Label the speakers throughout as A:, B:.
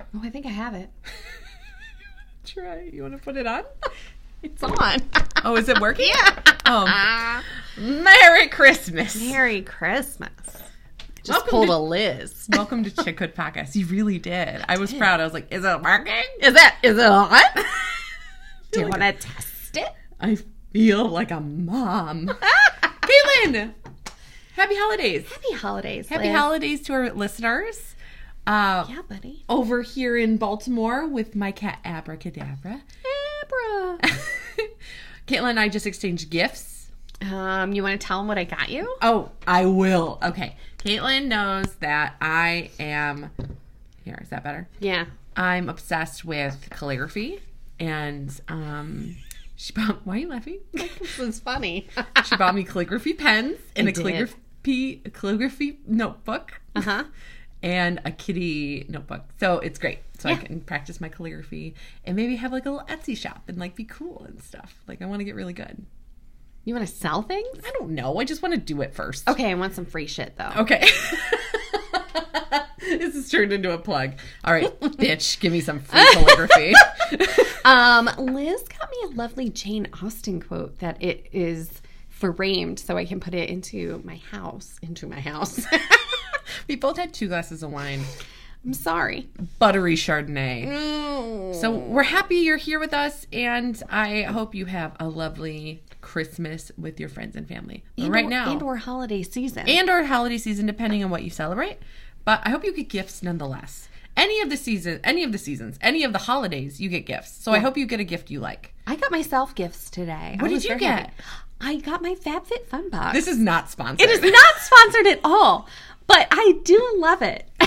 A: Oh, I think I have it.
B: Try. You want to put it on?
A: It's on.
B: Oh, is it working?
A: yeah. Uh-huh.
B: Oh, Merry Christmas.
A: Merry Christmas. Just
B: Welcome
A: pulled
B: to-
A: a Liz.
B: Welcome to Chick Hood Podcast. You really did. I was proud. I was like, is it working?
A: Is that is it on? Do you want to test it?
B: I feel like a mom. Caitlin, happy holidays.
A: Happy holidays.
B: Happy
A: Liz.
B: holidays to our listeners. Uh,
A: Yeah, buddy.
B: Over here in Baltimore with my cat Abracadabra. Caitlin and I just exchanged gifts.
A: Um, you want to tell them what I got you?
B: Oh, I will. Okay. Caitlin knows that I am. Here, is that better?
A: Yeah.
B: I'm obsessed with calligraphy. And um, she bought. Why are you laughing?
A: This is funny.
B: She bought me calligraphy pens and a
A: did.
B: calligraphy, calligraphy notebook
A: uh huh.
B: and a kitty notebook. So it's great. So I
A: Yeah.
B: can practice my calligraphy and maybe have like a little Etsy shop and like be cool and stuff. Like I want to get really good.
A: You want to sell things?
B: I don't know. I just want to do it first.
A: Okay, I want some free shit though.
B: Okay. this has turned into a plug. All right, bitch, give me some free calligraphy.
A: Um, Liz got me a lovely Jane Austen quote that it is framed so I can put it into my house. Into my house.
B: we both had two glasses of wine,
A: I'm sorry.
B: buttery Chardonnay.
A: So
B: So we're happy you're here with us, and I hope you have a lovely Christmas with your friends and family. But right now,
A: and or holiday season.
B: and or holiday season, depending on what you celebrate. But I hope you get gifts nonetheless. Any of the season, any of the seasons, any of the holidays, you get gifts. So I hope you get a gift you like.
A: I got myself gifts today. I
B: What did
A: was
B: you
A: very
B: get?
A: happy. I got my FabFitFun box.
B: This is not sponsored.
A: it is not sponsored at all, but I do love it.
B: I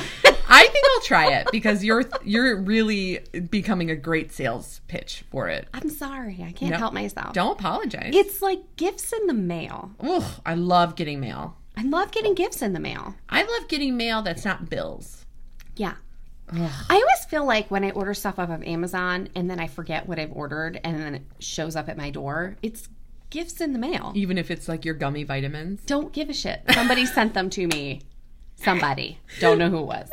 B: think I'll try it because you're you're really becoming a great sales pitch for it.
A: I'm sorry, I can't
B: No,
A: help myself.
B: Don't apologize.
A: It's like gifts in the mail.
B: Ooh, I love getting mail.
A: I love getting gifts in the mail.
B: I love getting mail that's not bills.
A: Yeah.
B: Ugh.
A: I always feel like when I order stuff off of Amazon and then I forget what I've ordered and then it shows up at my door, it's gifts in the mail.
B: Even if it's like your gummy vitamins,
A: Don't give a shit. Somebody sent them to me. Somebody. Don't know who it was.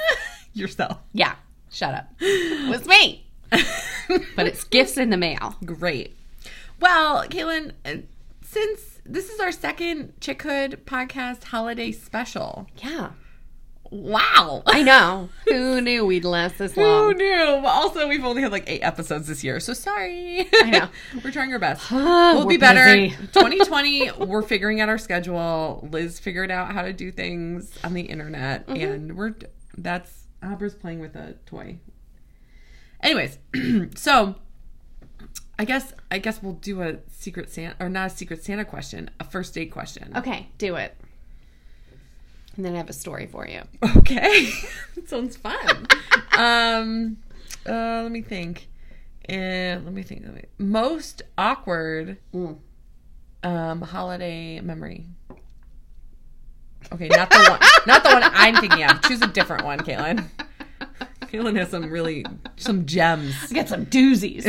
B: yourself.
A: Yeah. Shut up. It was me. But it's gifts in the mail.
B: Great. Well, Caitlin, uh, since this is our second Chickhood podcast holiday special,
A: Yeah.
B: wow.
A: I know. Who knew we'd last this
B: Who
A: long?
B: knew? Also, we've only had like eight episodes this year, so sorry.
A: I know.
B: we're trying our best.
A: we'll
B: we'll be better. 2020, we're figuring out our schedule. Liz figured out how to do things on the internet, and we're that's Abra's playing with a toy. Anyways, so I guess I guess we'll do a secret Santa or not a secret Santa question, a first date question.
A: Okay, do it. And then I have a story for you.
B: Okay, that sounds fun. um, uh, let me think. And let me think. Let me, most awkward
A: Mm.
B: um holiday memory. Okay, not the one. Not the one I'm thinking of. Choose a different one, Caitlin. Caitlin has some really some gems.
A: Get some doozies.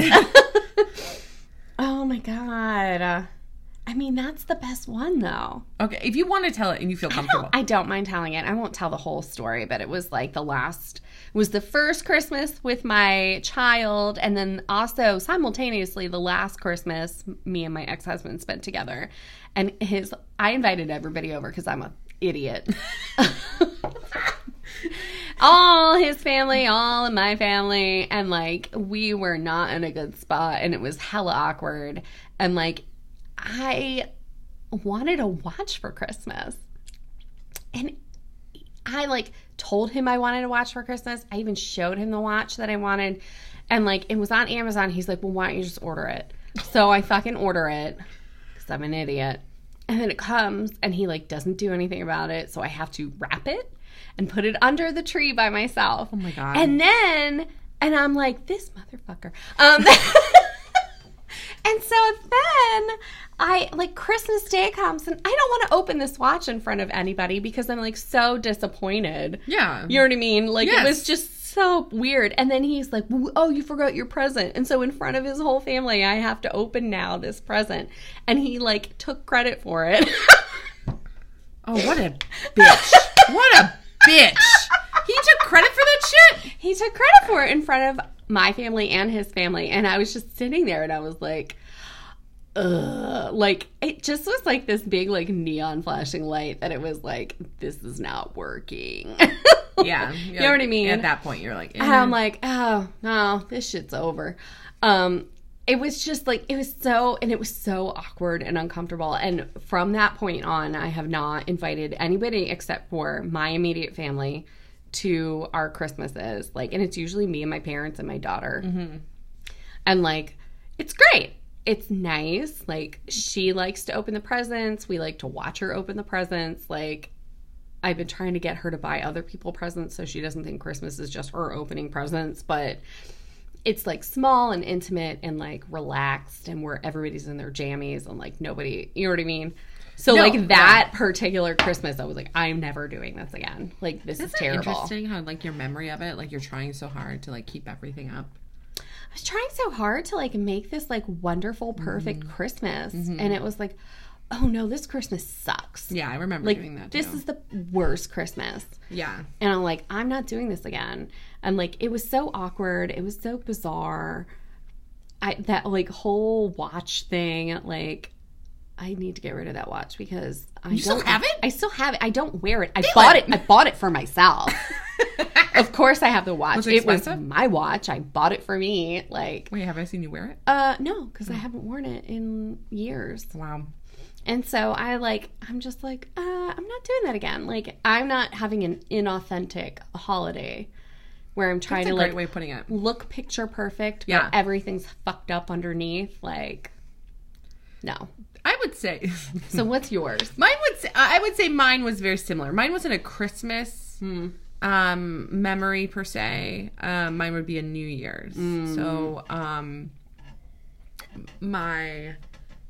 A: oh my god. Uh, I mean, that's the best one though.
B: Okay, if you want to tell it and you feel comfortable,
A: I don't mind telling it. I won't tell the whole story, but it was like the last it was the first Christmas with my child and then also simultaneously the last Christmas me and my ex-husband spent together. And his I invited everybody over cuz I'm a idiot. all his family, all of my family, and like we were not in a good spot and it was hella awkward. And like I wanted a watch for Christmas. And I like told him I wanted a watch for Christmas. I even showed him the watch that I wanted. And like it was on Amazon. He's like, well, why don't you just order it? So I fucking order it because I'm an idiot. And then it comes and he like doesn't do anything about it. So I have to wrap it and put it under the tree by myself. Oh
B: my God.
A: And then, and I'm like, this motherfucker. Um, And so then I like Christmas Day comes and I don't want to open this watch in front of anybody because I'm like so disappointed.
B: yeah,
A: You know what I mean? Like
B: Yes.
A: it was just so weird. And then he's like, "W- "Oh, you forgot your present." And so in front of his whole family, I have to open now this present. And he like took credit for it.
B: Oh, what a bitch! what a bitch. He took credit for that shit.
A: He took credit for it in front of my family and his family. And I was just sitting there and I was like, Ugh. Like it just was like this big like neon flashing light that it was like this is not working.
B: Yeah,
A: you know what I mean.
B: At that point, you're like, "Eh,
A: And I'm like, oh no, this shit's over. Um, it was just like it was so, and it was so awkward and uncomfortable. And from that point on, I have not invited anybody except for my immediate family to our Christmases. Like, and it's usually me and my parents and my daughter. And like, it's great. It's nice. Like, she likes to open the presents. We like to watch her open the presents. Like, I've been trying to get her to buy other people presents so she doesn't think Christmas is just her opening presents, but it's like small and intimate and like relaxed and where everybody's in their jammies and like nobody, you know what I mean? So
B: No,
A: like that particular Christmas, I was like, I'm never doing this again. Like this is
B: Isn't it
A: terrible.
B: interesting how like your memory of it, like you're trying so hard to like keep everything up.
A: I was trying so hard to like make this like wonderful, perfect Christmas, and it was like, oh no, this Christmas sucks.
B: Yeah, I remember
A: Like
B: doing that.
A: this
B: too.
A: is the worst Christmas.
B: yeah,
A: And I'm like, I'm not doing this again. And like, it was so awkward. It was so bizarre. I that like whole watch thing. Like, I need to get rid of that watch because I don't,
B: still have it?
A: I still have it. I don't wear it. I bought it. I bought it for myself. of course, I have the watch.
B: Was it
A: it was
B: expensive?
A: my watch. I bought it for me. Like,
B: Wait, have I seen you wear it?
A: uh, no, because I haven't worn it in years.
B: Wow.
A: And so I like, I'm just like, uh, I'm not doing that again. Like, I'm not having an inauthentic holiday where I'm trying
B: That's
A: to
B: a great
A: like
B: way of putting it.
A: look picture perfect,
B: Yeah.
A: but everything's fucked up underneath. Like, no.
B: I would say
A: So
B: Hmm.
A: what's yours?
B: mine would say, I would say mine was very similar. Mine wasn't a Christmas um memory per se. Um mine would be a New Year's. So um my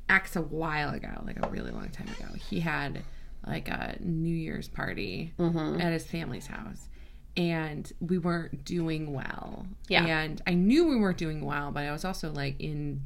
B: ex a while ago, like a really long time ago, he had like a New Year's party at his family's house. And we weren't doing well.
A: Yeah.
B: And I knew we weren't doing well, but I was also like in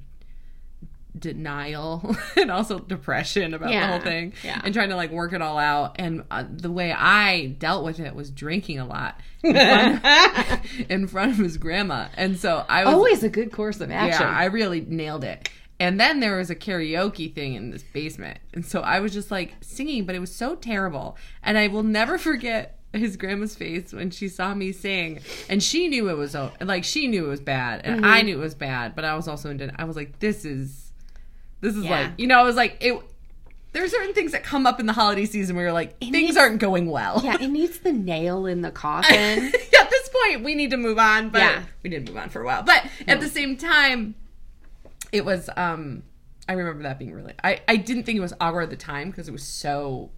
B: denial and also depression about the
A: Yeah.
B: whole thing
A: Yeah.
B: and trying to like work it all out. And uh, the way I dealt with it was drinking a lot in front of, in front of his grandma. And so I was
A: Always a good course of action.
B: yeah, I really nailed it. And then there was a karaoke thing in this basement. And so I was just like singing, but it was so terrible. And I will never forget his grandma's face when she saw me sing. And she knew it was o- like she knew it was bad and I
A: Mm-hmm.
B: knew it was bad, but I was also in den- I was like this is this is
A: Yeah.
B: like, you know, I was like it there are certain things that come up in the holiday season where you're like things
A: needs-
B: aren't going well.
A: yeah, it needs the nail in the coffin.
B: Yeah, at this point we need to move on, but
A: Yeah.
B: we didn't move on for a while. But at the same time, it was um I remember that being really I, I didn't think it was awkward at the time because it was so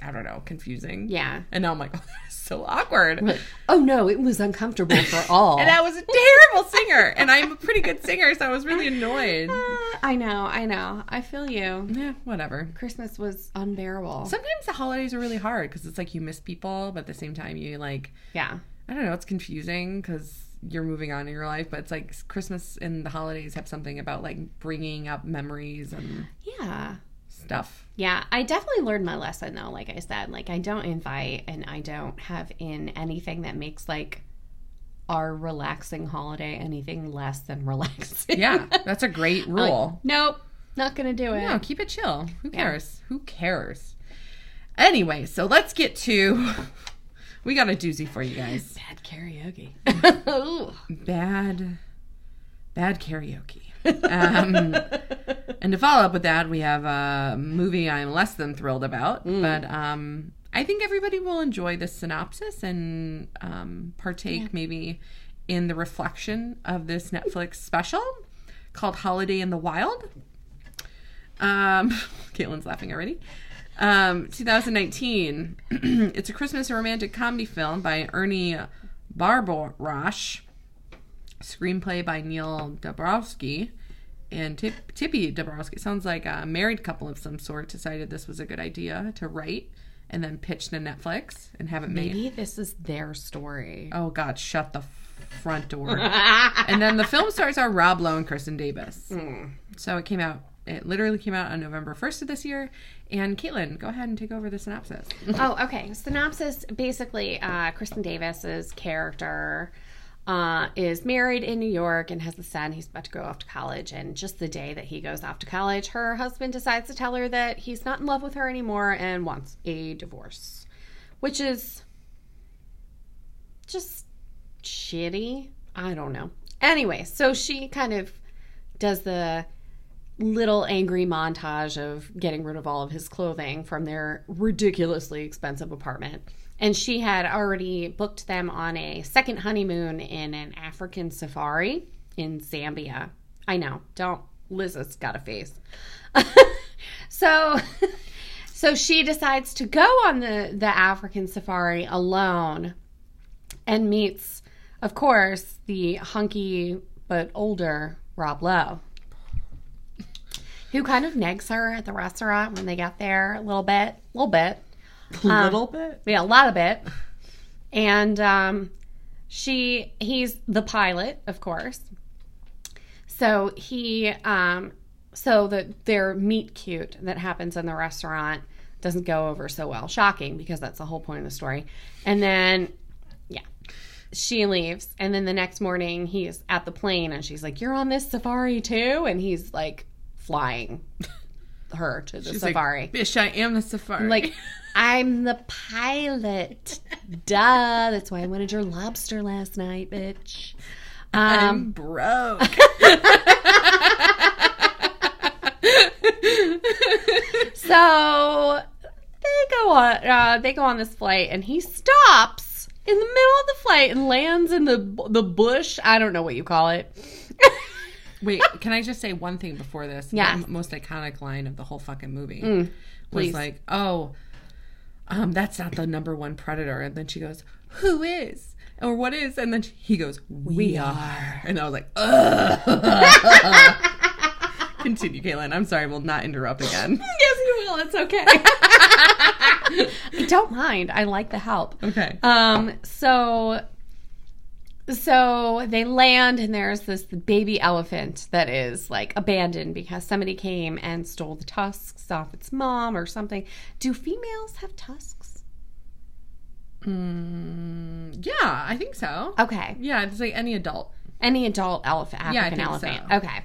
B: I don't know, confusing.
A: Yeah.
B: And now I'm like, oh, that's so awkward.
A: Like, oh no, it was uncomfortable for all.
B: And I was a terrible singer. And I'm a pretty good singer, so I was really annoyed.
A: Ah, I know, I know. I feel you.
B: Yeah, whatever.
A: Christmas was unbearable.
B: Sometimes the holidays are really hard because it's like you miss people, but at the same time you like
A: yeah.
B: I don't know. It's confusing because you're moving on in your life, but it's like Christmas and the holidays have something about like bringing up memories and
A: Yeah.
B: stuff.
A: Yeah, I definitely learned my lesson though, like I said. Like I don't invite and I don't have in anything that makes like our relaxing holiday anything less than relaxing.
B: Yeah, that's a great
A: Like,
B: rule.
A: nope, not gonna do it.
B: No, keep it chill. Who cares? Who cares? Anyway, so let's get to. We got a doozy for you guys.
A: Bad karaoke.
B: Bad, bad karaoke. Um, And to follow up with that, we have a movie I'm less than thrilled about, but um, I think everybody will enjoy this synopsis and um, partake maybe in the reflection of this Netflix special called Holiday in the Wild. Um, Caitlin's laughing already. Um, 2019. it's a Christmas romantic comedy film by Ernie Barbarosh, screenplay by Neil Dabrowski and Tip, Tippy Dabrowski. Sounds like a married couple of some sort decided this was a good idea to write and then pitch to Netflix and have it made.
A: Maybe this is their story.
B: Oh God, shut the
A: Hmm.
B: front door. and then the film stars are Rob Lowe and Kristen Davis. So it came out It literally came out on November 1st of this year. And Caitlin, go ahead and take over the synopsis.
A: Oh, okay. Synopsis basically, uh, Kristen Davis's character uh, is married in New York and has a son. He's about to go off to college. And just the day that he goes off to college, her husband decides to tell her that he's not in love with her anymore and wants a divorce, which is just shitty. I don't know. Anyway, so she kind of does the little angry montage of getting rid of all of his clothing from their ridiculously expensive apartment. And she had already booked them on a second honeymoon in an African safari in Zambia. I know, don't Liz has got a face. so so she decides to go on the, the African safari alone and meets, of course, the hunky but older Rob Lowe who kind of negs her at the restaurant when they got there a little bit, a little bit,
B: A little
A: Um,
B: bit.
A: yeah, a lot of it. And um, she, he's the pilot, of course. So he, um, so the their meet cute that happens in the restaurant doesn't go over so well. Shocking because that's the whole point of the story. And then, yeah, she leaves. And then the next morning, he's at the plane, and she's like, "You're on this safari too," and he's like flying her to the
B: She's like,
A: safari.
B: Bitch, I am the safari.
A: Like, I'm the pilot. Duh. That's why I wanted your lobster last night, bitch. Um,
B: I'm broke.
A: so they go on. Uh, they go on this flight, and he stops in the middle of the flight and lands in the the bush. I don't know what you call it.
B: Wait, can I just say one thing before this?
A: Yes. Mm,
B: The m- most iconic line of the whole fucking movie
A: please.
B: was like, "Oh, um, that's not the number one predator," and then she goes, "Who is?" Or what is? And then she- he goes, "We, are. and I was like, "Ugh." Continue, Caitlin. I'm sorry, we'll not interrupt again.
A: yes, you will. It's okay. I don't mind. I like the help.
B: Okay.
A: Um, so so they land and there's this baby elephant that is like abandoned because somebody came and stole the tusks off its mom or something. Do females have tusks?
B: Mm, yeah, I think so.
A: Okay.
B: Yeah, it's like any adult.
A: Any adult elephant,
B: Yeah, I
A: African
B: think
A: elephant.
B: so.
A: Okay.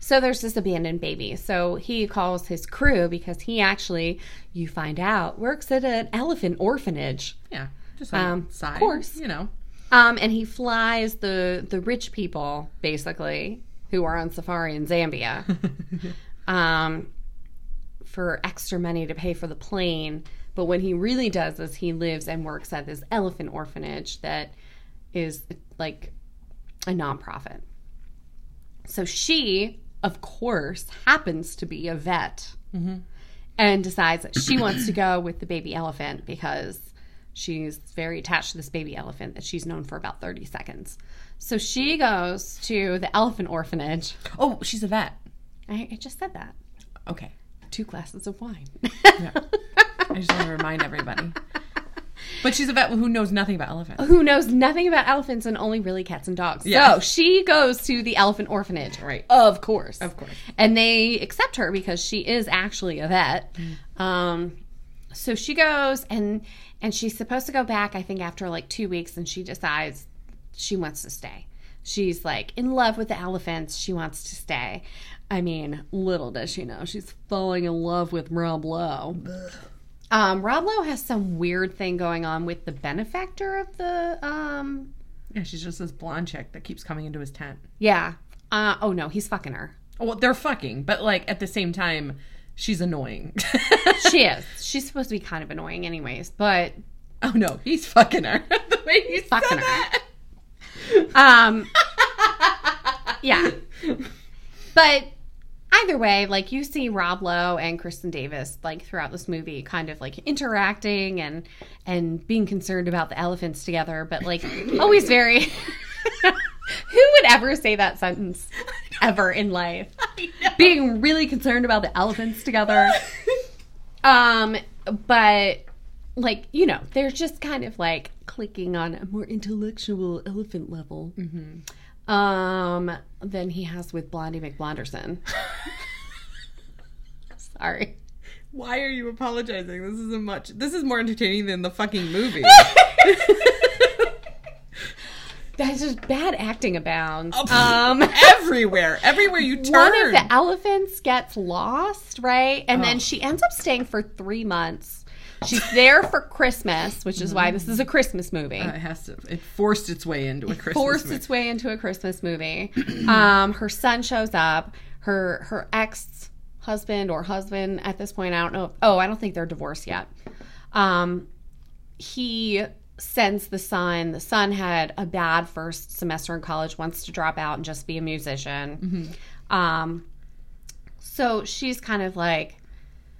A: So there's this abandoned baby. So he calls his crew because he actually, you find out, works at an elephant orphanage.
B: Yeah, just like
A: Um, of
B: side.
A: course.
B: you know.
A: Um, and he flies the the rich people basically who are on safari in Zambia, um, for extra money to pay for the plane. But what he really does is he lives and works at this elephant orphanage that is like a nonprofit. So she, of course, happens to be a vet and decides that she wants to go with the baby elephant because she's very attached to this baby elephant that she's known for about 30 seconds. So she goes to the elephant orphanage.
B: Oh, she's a vet.
A: I, I just said that.
B: Okay.
A: Two glasses of wine.
B: I just want to remind everybody. But she's a vet who knows nothing about elephants.
A: Who knows nothing about elephants and only really cats and dogs.
B: Yeah.
A: So she goes to the elephant orphanage.
B: Right.
A: Of course.
B: Of course.
A: And they accept her because she is actually a vet. Um, so she goes and and she's supposed to go back, I think, after like two weeks, and she decides she wants to stay. She's like in love with the elephants. She wants to stay. I mean, little does she know, she's falling in love with Rob Lowe. Um, Rob Lowe has some weird thing going on with the benefactor of the um,
B: Yeah, she's just this blonde chick that keeps coming into his tent.
A: yeah. Uh, oh no, he's fucking her.
B: Well, they're fucking, but like at the same time, she's annoying.
A: She is. She's supposed to be kind of annoying, anyways. But
B: oh no, he's fucking her. the way he's
A: Fucking
B: fucking
A: her.
B: her.
A: um, yeah. But either way, like you see Rob Lowe and Kristen Davis like throughout this movie, kind of like interacting and and being concerned about the elephants together, but like always very. Who would ever say that sentence ever in life? Being really concerned about the elephants together. Um, but like you know, they're just kind of like clicking on a more intellectual elephant level. Um, than he has with Blondie McBlonderson. sorry.
B: Why are you apologizing? This is a much. This is more entertaining than the fucking movie.
A: That's just bad acting abounds.
B: Oh,
A: Um,
B: everywhere, everywhere you turn.
A: one of the elephants gets lost, right? And then
B: Oh.
A: she ends up staying for three months. She's there for Christmas, which is why this is a Christmas movie.
B: Uh, it has to. It forced its way into a Christmas.
A: forced
B: movie.
A: its way into a Christmas movie. um, her son shows up. Her her ex husband or husband at this point, I don't know. Oh, I don't think they're divorced yet. Um, he sends the son. The son had a bad first semester in college, wants to drop out and just be a musician.
B: Mm-hmm.
A: Um, so she's kind of like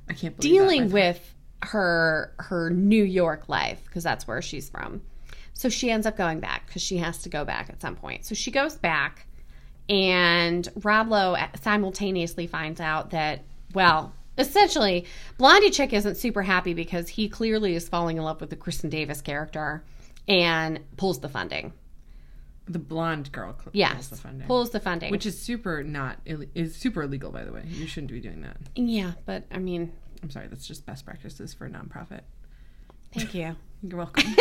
B: I can't believe that.
A: dealing with her her New York life because that's where she's from. So she ends up going back because she has to go back at some point. So she goes back, and Rob Lowe uh, simultaneously finds out that well, essentially, Blondie Chick isn't super happy because he clearly is falling in love with the Kristen Davis character, and pulls the funding.
B: the blonde girl. Cl-
A: Yes,
B: the funding.
A: pulls the funding.
B: which is super not ill- is super illegal by the way. You shouldn't be doing that.
A: yeah, but I mean,
B: I'm sorry, that's just best practices for a nonprofit.
A: thank you.
B: You're welcome.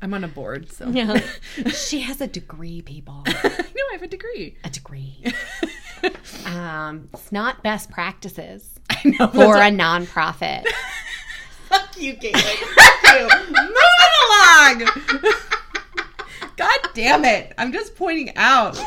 B: I'm on a board, so
A: Yeah. she has a degree, people.
B: no, I have a degree.
A: A degree. Um, it's not best practices
B: I know.
A: for a nonprofit.
B: fuck you, Caitlin. Fuck you. Moving along. God damn it! I'm just pointing out.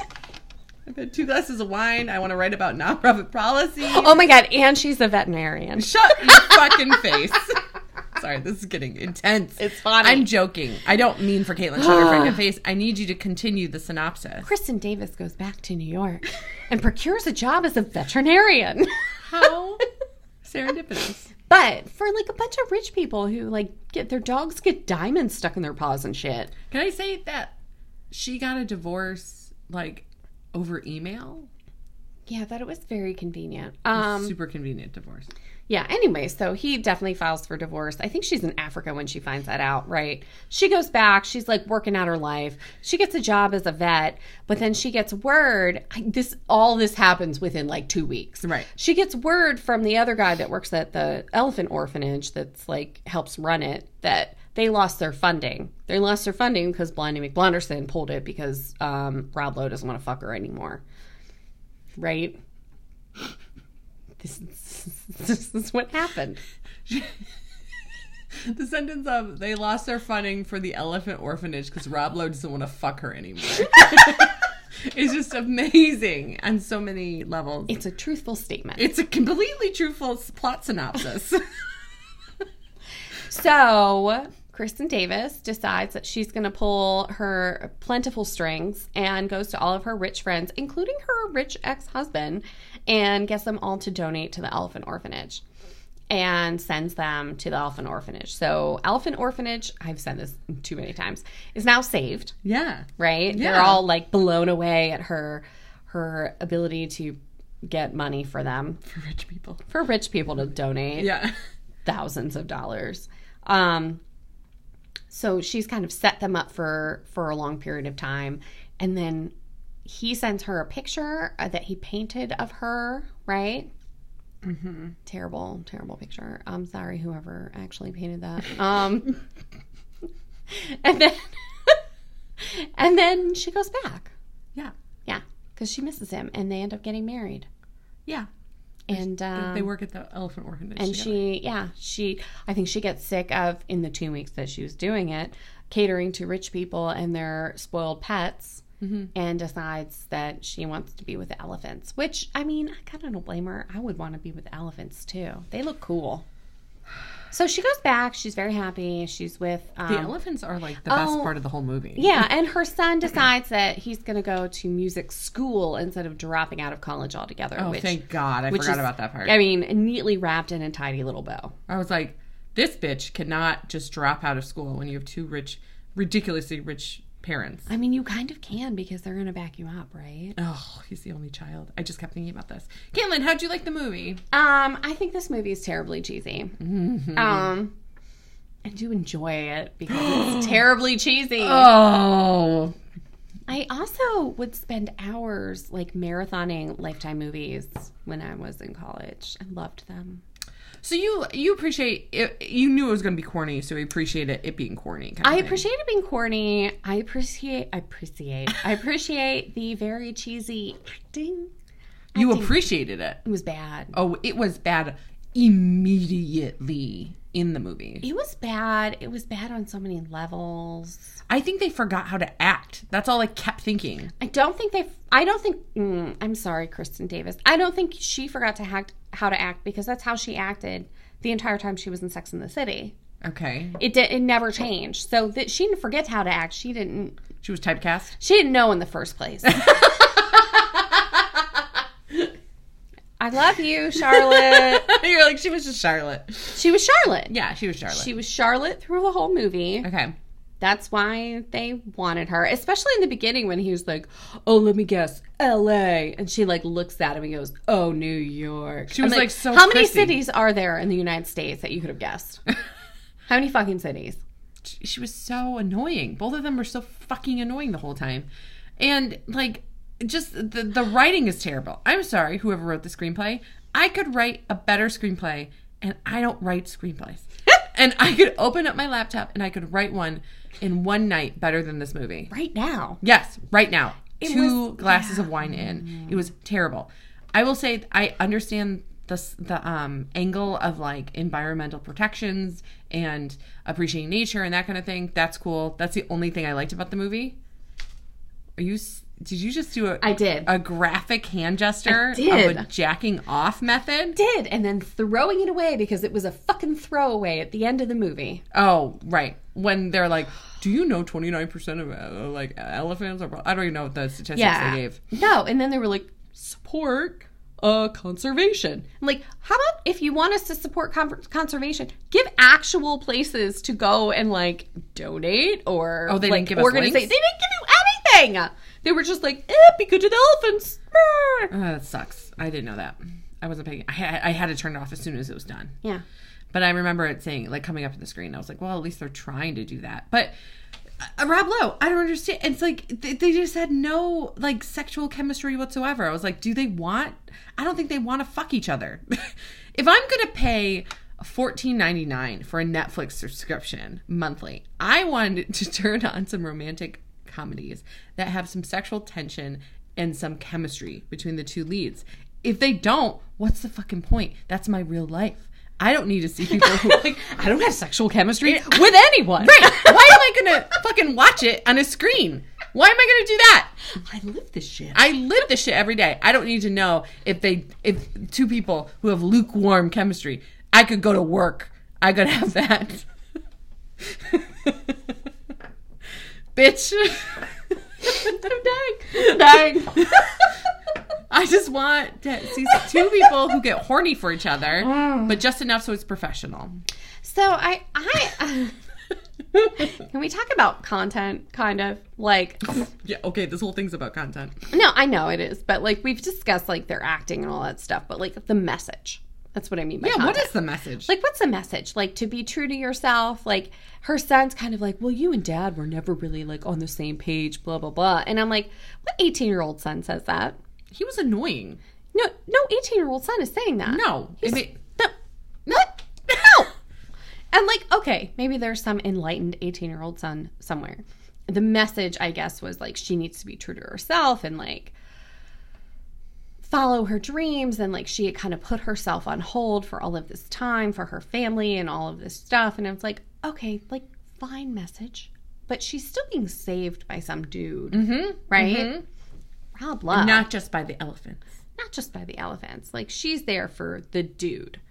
B: I've had two glasses of wine. I want to write about nonprofit policy.
A: oh my god, and she's a veterinarian.
B: Shut your fucking face. Sorry, this is getting intense.
A: It's funny.
B: I'm joking. I don't mean for Caitlin. Shut your fucking face. I need you to continue the synopsis.
A: Kristen Davis goes back to New York and procures a job as a veterinarian.
B: How serendipitous.
A: But for like a bunch of rich people who like get their dogs get diamonds stuck in their paws and shit.
B: Can I say that she got a divorce like over email?
A: Yeah, I thought it was very convenient. Um
B: Super convenient divorce.
A: yeah, anyway, so he definitely files for divorce. I think she's in Africa when she finds that out, right? She goes back, she's like working out her life. She gets a job as a vet, but then she gets word I- this all this happens within like 2 weeks.
B: Right.
A: She gets word from the other guy that works at the elephant orphanage that's like helps run it that they lost their funding. They lost their funding because Blondie McBlonderson pulled it because um, Rob Lowe doesn't want to fuck her anymore. Right? This is, this is what happened.
B: The sentence of they lost their funding for the elephant orphanage because Rob Lowe doesn't want to fuck her anymore. it's just amazing on so many levels.
A: It's a truthful statement.
B: It's a completely truthful s- plot synopsis.
A: So Kristen Davis decides that she's going to pull her plentiful strings and goes to all of her rich friends, including her rich ex husband, and gets them all to donate to the elephant orphanage and sends them to the elephant orphanage. So, elephant orphanage, I've said this too many times, is now saved
B: yeah.
A: right? They're
B: Yeah.
A: all like blown away at her her ability to get money for them
B: For rich people.
A: for rich people to donate
B: Yeah.
A: thousands of dollars. Um, so she's kind of set them up for for a long period of time, and then he sends her a picture uh, that he painted of her. Right? Mm-hmm. Terrible, terrible picture. I'm sorry, whoever actually painted that. Um, and then and then she goes back.
B: Yeah.
A: Yeah, because she misses him, and they end up getting married.
B: Yeah.
A: And um,
B: they work at the elephant orphanage.
A: and
B: together.
A: she yeah she i think she gets sick of in the two weeks that she was doing it catering to rich people and their spoiled pets
B: Mm-hmm.
A: and decides that she wants to be with elephants which i mean i kind of don't blame her i would want to be with elephants too they look cool so she goes back she's very happy she's with um,
B: the elephants are like the best
A: oh,
B: part of the whole movie.
A: yeah, and her son decides that he's going to go to music school instead of dropping out of college altogether.
B: Oh,
A: which,
B: thank God. I
A: which
B: forgot
A: is-
B: about that part.
A: I mean, neatly wrapped in a tidy little bow.
B: I was like, this bitch cannot just drop out of school when you have two rich, ridiculously rich parents.
A: I mean, you kind of can because they're going to back you up, right?
B: Oh, he's the only child. I just kept thinking about this. Caitlin, how'd you like the movie?
A: Um, I think this movie is terribly cheesy. Um, I do enjoy it because it's terribly cheesy.
B: Oh,
A: I also would spend hours like marathoning Lifetime movies when I was in college. I loved them.
B: So you you appreciate it, you knew it was going to be corny, so you appreciate it, it being corny. kind of
A: I
B: thing.
A: appreciate it being corny. I appreciate, I appreciate, I appreciate the very cheesy acting.
B: you appreciated it.
A: It was bad.
B: Oh, it was bad immediately in the movie.
A: It was bad. It was bad on so many levels.
B: I think they forgot how to act. That's all I kept thinking.
A: I don't think they. I don't think. Mm, I'm sorry, Kristen Davis. I don't think she forgot to act how to act because that's how she acted the entire time she was in Sex in the City.
B: Okay,
A: It did. It never changed. So that she didn't forget how to act. She didn't.
B: she was typecast.
A: She didn't know in the first place. I love you, Charlotte.
B: You're like she was just Charlotte.
A: She was Charlotte.
B: Yeah, she was Charlotte.
A: She was Charlotte through the whole movie.
B: okay.
A: That's why they wanted her, especially in the beginning when he was like, "Oh, let me guess, L.A." and she like looks at him and goes, "Oh, New York." She
B: was, like, so
A: "How many
B: prissy."
A: cities are there in the United States that you could have guessed? How many fucking cities?"
B: she she was so annoying. Both of them were so fucking annoying the whole time. And like just the the writing is terrible. I'm sorry whoever wrote the screenplay. I could write a better screenplay and I don't write screenplays. and I could open up my laptop and I could write one in one night better than this movie.
A: Right now,
B: Yes, right now. Two
A: was-
B: glasses of wine in. It was terrible. I will say I understand the s- the um, angle of like environmental protections and appreciating nature and that kind of thing. That's cool. That's the only thing I liked about the movie. Are you? s- Did you just do a
A: I did.
B: a graphic hand gesture
A: did.
B: of a jacking off method?
A: did and then throwing it away because it was a fucking throwaway at the end of the movie.
B: Oh, right. When they're like, "Do you know twenty nine percent of uh, like elephants?" Or I don't even know what the statistics they gave.
A: No, and then they were like, support uh, conservation. I'm like, how about if you want us to support con- conservation, give actual places to go and like donate or
B: Oh, they
A: like,
B: didn't give us
A: organisa-
B: links?
A: They didn't give you anything. They were just like, eh, be good to the elephants. Brr.
B: Oh, that sucks. I didn't know that. I wasn't paying. I, had- I had to turn it off as soon as it was done.
A: Yeah.
B: But I remember it saying, like, coming up to the screen. I was like, well, at least they're trying to do that. But uh, Rob Lowe, I don't understand. It's like they, they just had no like sexual chemistry whatsoever. I was like, do they want? I don't think they want to fuck each other. if I'm gonna pay. $14.99 for a Netflix subscription monthly. I wanted to turn on some romantic comedies that have some sexual tension and some chemistry between the two leads. If they don't, what's the fucking point? That's my real life. I don't need to see people who
A: Like, I don't have sexual chemistry with anyone.
B: Right. Why am I gonna fucking watch it on a screen? Why am I gonna do that?
A: I live this shit.
B: I live this shit every day. I don't need to know if they if two people who have lukewarm chemistry. I could go to work. I could have that. Bitch.
A: I'm dying. Dying.
B: I just want to see two people who get horny for each other, but just enough so it's professional.
A: So I I uh, can we talk about content kind of like
B: Yeah, okay, this whole thing's about content.
A: No, I know it is, but like we've discussed like their acting and all that stuff, but like the message. That's what I mean by
B: Yeah, what
A: content.
B: is the message?
A: like what's the message? Like to be true to yourself, like her son's kind of like, Well, you and dad were never really like on the same page, blah blah blah. And I'm like, what eighteen year old son says that?
B: he was annoying.
A: No no eighteen year old son is saying that.
B: No.
A: He's-
B: I mean-
A: no. What? No. And like, okay, maybe there's some enlightened 18 year old son somewhere. The message, I guess, was like she needs to be true to herself and like follow her dreams. And like she had kind of put herself on hold for all of this time for her family and all of this stuff. And it's like, okay, like, fine message. But she's still being saved by some dude,
B: Mm-hmm.
A: right? Rob Lowe
B: Not just by the elephants.
A: not just by the elephants. Like she's there for the dude.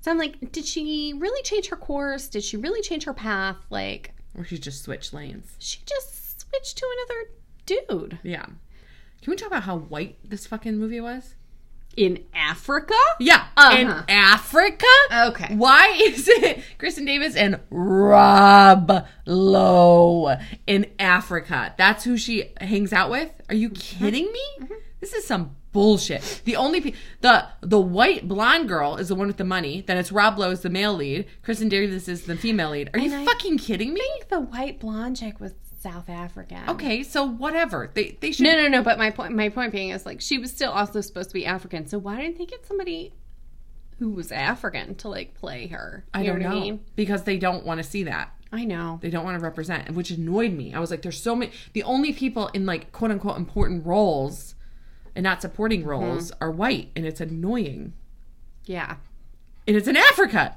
A: So I'm like, did she really change her course? Did she really change her path? Like
B: Or she just switched lanes.
A: she just switched to another dude
B: Yeah. Can we talk about how white this fucking movie was?
A: in Africa?
B: Yeah. In
A: Uh-huh.
B: Africa?
A: Okay.
B: Why is it Kristen Davis and Rob Lowe in Africa? That's who she hangs out with? Are you
A: Mm-hmm.
B: kidding me? This is some bullshit. The only pe- the the white blonde girl is the one with the money. Then it's Rob Lowe is the male lead. Kristen Davis is the female lead. Are you
A: And I
B: fucking kidding me?
A: I think the white blonde chick was South African.
B: Okay, so whatever. They they should
A: No, no, no. But my point, my point being is like she was still also supposed to be African. So why didn't they get somebody who was African to like play her.
B: I
A: You
B: don't know.
A: what I mean?
B: Because they don't want to see that.
A: I know.
B: They don't want to represent, which annoyed me. I was like, there's so many. The only people in like quote unquote important roles and not
A: Mm-hmm.
B: supporting roles are white, and it's annoying.
A: Yeah.
B: And it's in Africa.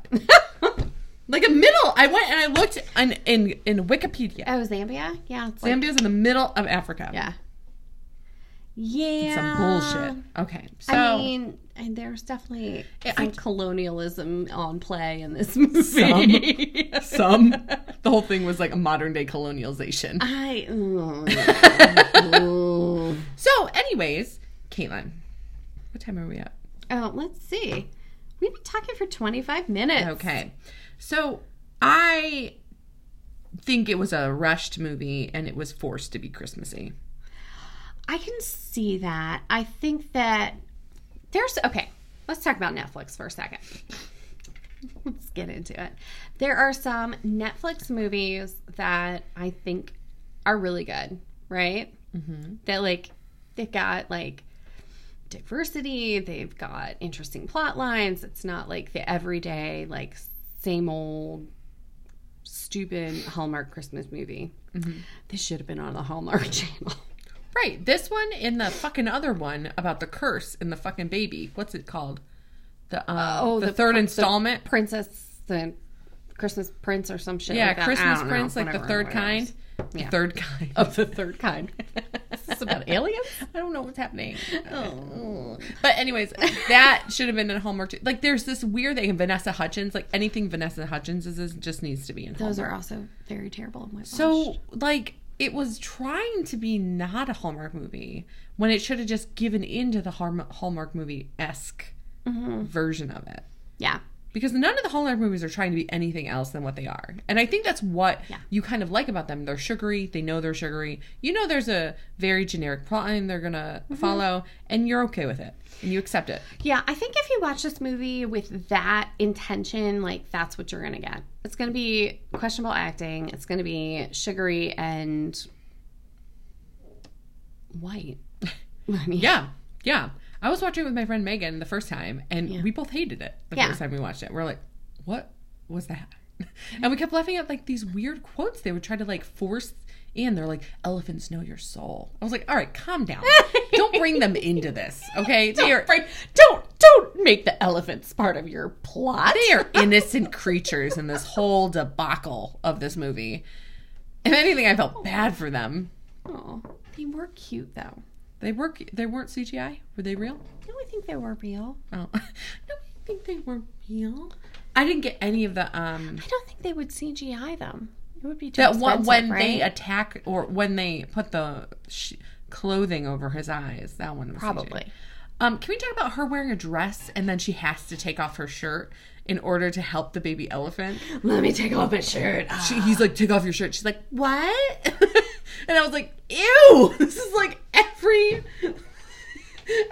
B: like a middle. I went and I looked in in, in Wikipedia.
A: Oh, Zambia? Yeah. It's like-
B: Zambia's in the middle of Africa.
A: yeah. Yeah.
B: Some bullshit. Okay. So
A: I mean, and there's definitely
B: I-
A: some colonialism on play in this movie.
B: some the whole thing was like a modern day colonialization.
A: I. oh,
B: So, anyways, Caitlin, what time are we at?
A: Oh, let's see. We've been talking for 25 minutes.
B: Okay. So, I think it was a rushed movie and it was forced to be Christmassy.
A: I can see that. I think that there's okay. Let's talk about Netflix for a second. let's get into it. There are some Netflix movies that I think are really good, right? Mm-hmm. That like they've got like diversity. They've got interesting plot lines. It's not like the everyday like same old stupid Hallmark Christmas movie. This should have been on the Hallmark channel.
B: Right. This one and the fucking other one about the curse and the fucking baby. What's it called? The uh,
A: Oh,
B: oh, the,
A: the
B: third
A: pr- the
B: installment.
A: princess the Christmas prince or some shit.
B: yeah,
A: like that. I
B: Christmas
A: don't know,
B: Prince, like the
A: whatever,
B: third
A: whatever.
B: kind.
A: Yeah.
B: The third kind.
A: of the third kind. Is this about aliens?
B: I don't know what's happening.
A: Oh.
B: But anyways, that should have been in Hallmark. Too. Like, there's this weird thing in Vanessa Hutchins. Like anything Vanessa Hutchins is, is just needs to be in. Hallmark.
A: Those are also very terrible. Oh my
B: so like it was trying to be not a Hallmark movie when it should have just given in to the Har- Hallmark movie esque version of it.
A: yeah,
B: Because none of the Hallmark movies are trying to be anything else than what they are. And I think that's what
A: Yeah.
B: you kind of like about them. They're sugary. They know they're sugary. You know there's a very generic plotline they're going to follow, and you're okay with it. And you accept it.
A: yeah. I think if you watch this movie with that intention, like that's what you're gonna get. It's gonna be questionable acting. It's gonna be sugary and white. I mean,
B: Yeah. Yeah. I was watching it with my friend Megan the first time, and
A: Yeah.
B: we both hated it the
A: Yeah.
B: first time we watched it. We're like, what was that? And we kept laughing at like these weird quotes they would try to like force in. They're like, elephants know your soul. I was like, all right, calm down. Don't bring them into this, okay? They are,
A: Right. Don't don't make the elephants part of your plot.
B: they are innocent creatures in this whole debacle of this movie. If anything, I felt bad for them.
A: Oh, they were cute though.
B: They were they weren't CGI. Were they real?
A: No, I think they were real.
B: Oh, no, I think they were real. I didn't get any of the um
A: I don't think they would CGI them. It would be too
B: that one
A: expensive,
B: when
A: right?
B: they attack or when they put the sh- clothing over his eyes. That one was CGI.
A: probably.
B: Um, can we talk about her wearing a dress and then she has to take off her shirt in order to help the baby elephant?
A: Let me take off my shirt. Ah.
B: She, he's like, take off your shirt. She's like, what? and I was like, ew, this is like every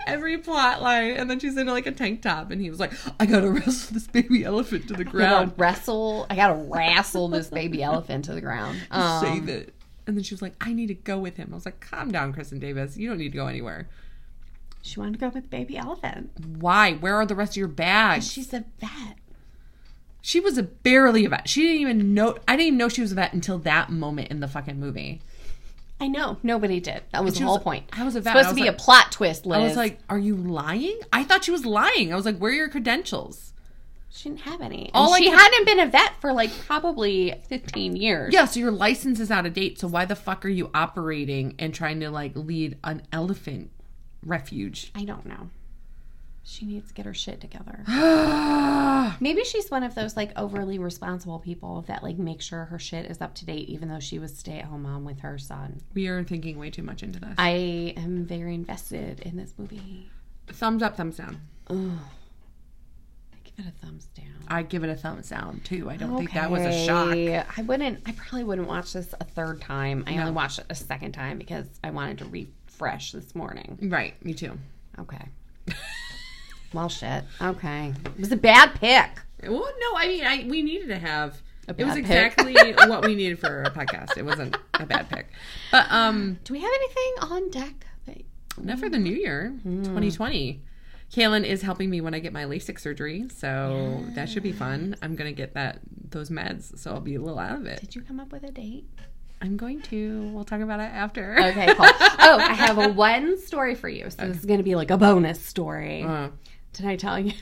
B: every plot line. And then she's in like a tank top, and he was like, I gotta wrestle this baby elephant to the
A: I gotta
B: ground.
A: wrestle. I gotta wrestle this baby elephant to the ground. Um,
B: Save it. And then she was like, I need to go with him. I was like, calm down, Kristen Davis. You don't need to go anywhere.
A: she wanted to go with baby elephant.
B: Why? Where are the rest of your bags? She,
A: She's a vet.
B: she was a barely a vet. She didn't even know. I didn't even know she was a vet until that moment in the fucking movie.
A: I know nobody did. That was
B: she
A: the
B: was-
A: whole point.
B: I was a
A: It's
B: vet.
A: Supposed
B: I
A: to
B: was
A: be
B: like-
A: a plot twist. Liz.
B: I was like, are you lying? I thought she was lying. I was like, where are your credentials?
A: she didn't have any.
B: All
A: And
B: I
A: she
B: kept-
A: hadn't been a vet for like probably fifteen years.
B: Yeah, so your license is out of date. So why the fuck are you operating and trying to like lead an elephant refuge?
A: I don't know. She needs to get her shit together.
B: yeah,
A: Maybe she's one of those like overly responsible people that like make sure her shit is up to date, even though she was stay at home mom with her son.
B: we are thinking way too much into this.
A: I am very invested in this movie.
B: thumbs up, thumbs down.
A: Ugh. I give it a thumbs down.
B: I give it a thumbs down too. I don't think that was a shock.
A: I wouldn't. I probably wouldn't watch this a third time. I only watched it a second time because I wanted to refresh this morning.
B: Right, me too.
A: Okay. well, shit. Okay, it was a bad pick.
B: Well, no, I mean, I we needed to have. It was
A: bad pick.
B: exactly what we needed for a podcast. It wasn't a bad pick, but um,
A: Do we have anything on deck? that- Hmm.
B: not for the new year, 2020. Kaylin is helping me when I get my LASIK surgery, so that should be fun. I'm gonna get that those meds, so I'll be a little out of it.
A: Did you come up with a date?
B: I'm going to. We'll talk about it after.
A: Okay, cool. oh, I have a one story for you. So this is going to be like a bonus story.
B: Uh,
A: Did I tell you?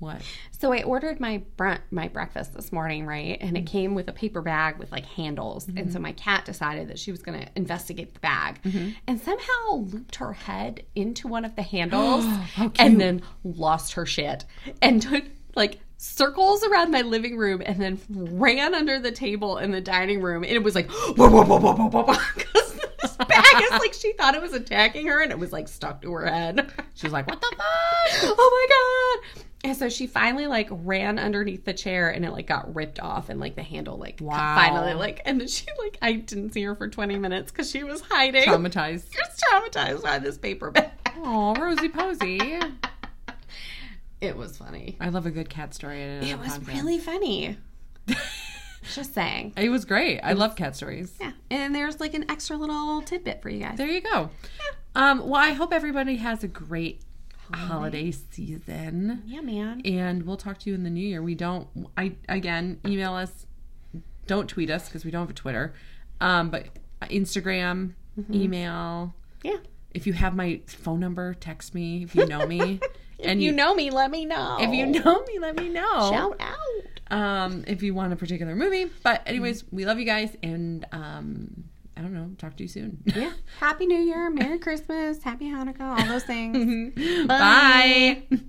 B: what?
A: So I ordered my brun- my breakfast this morning, right? And it came with a paper bag with like handles. And so my cat decided that she was going to investigate the bag, and somehow looped her head into one of the handles,
B: How
A: and then lost her shit and took like circles around my living room, and then ran under the table in the dining room. And it was like whoa, whoa, whoa, whoa, whoa, whoa, whoa, because this bag is like she thought it was attacking her, and it was like stuck to her head.
B: She's like, what the? Fuck?
A: Oh my god. And so she finally like ran underneath the chair and it like got ripped off and like the handle like
B: Wow.
A: finally like and then she like I didn't see her for 20 minutes cuz she was hiding.
B: Traumatized.
A: she was traumatized by this paper bag.
B: Oh, Rosie Posey.
A: It was funny.
B: I love a good cat story. in a
A: It was
B: podcast.
A: really funny. Just saying.
B: It was great. I love cat stories.
A: Yeah. And there's like an extra little tidbit for you guys.
B: There you go. Um, well, I hope everybody has a great holiday season.
A: yeah, man.
B: and we'll talk to you in the new year. We don't. I again, email us. Don't tweet us because we don't have a Twitter. Um, but Instagram, email.
A: Yeah.
B: If you have my phone number, text me. If you know me, and
A: You know me, let me know.
B: If you know me, let me know.
A: shout out.
B: Um, if you want a particular movie. But anyways, we love you guys, and um, I don't know. Talk to you soon.
A: Yeah.
B: Mm-hmm.
A: Happy New Year, Merry Christmas, Happy Hanukkah, all those things.
B: Bye.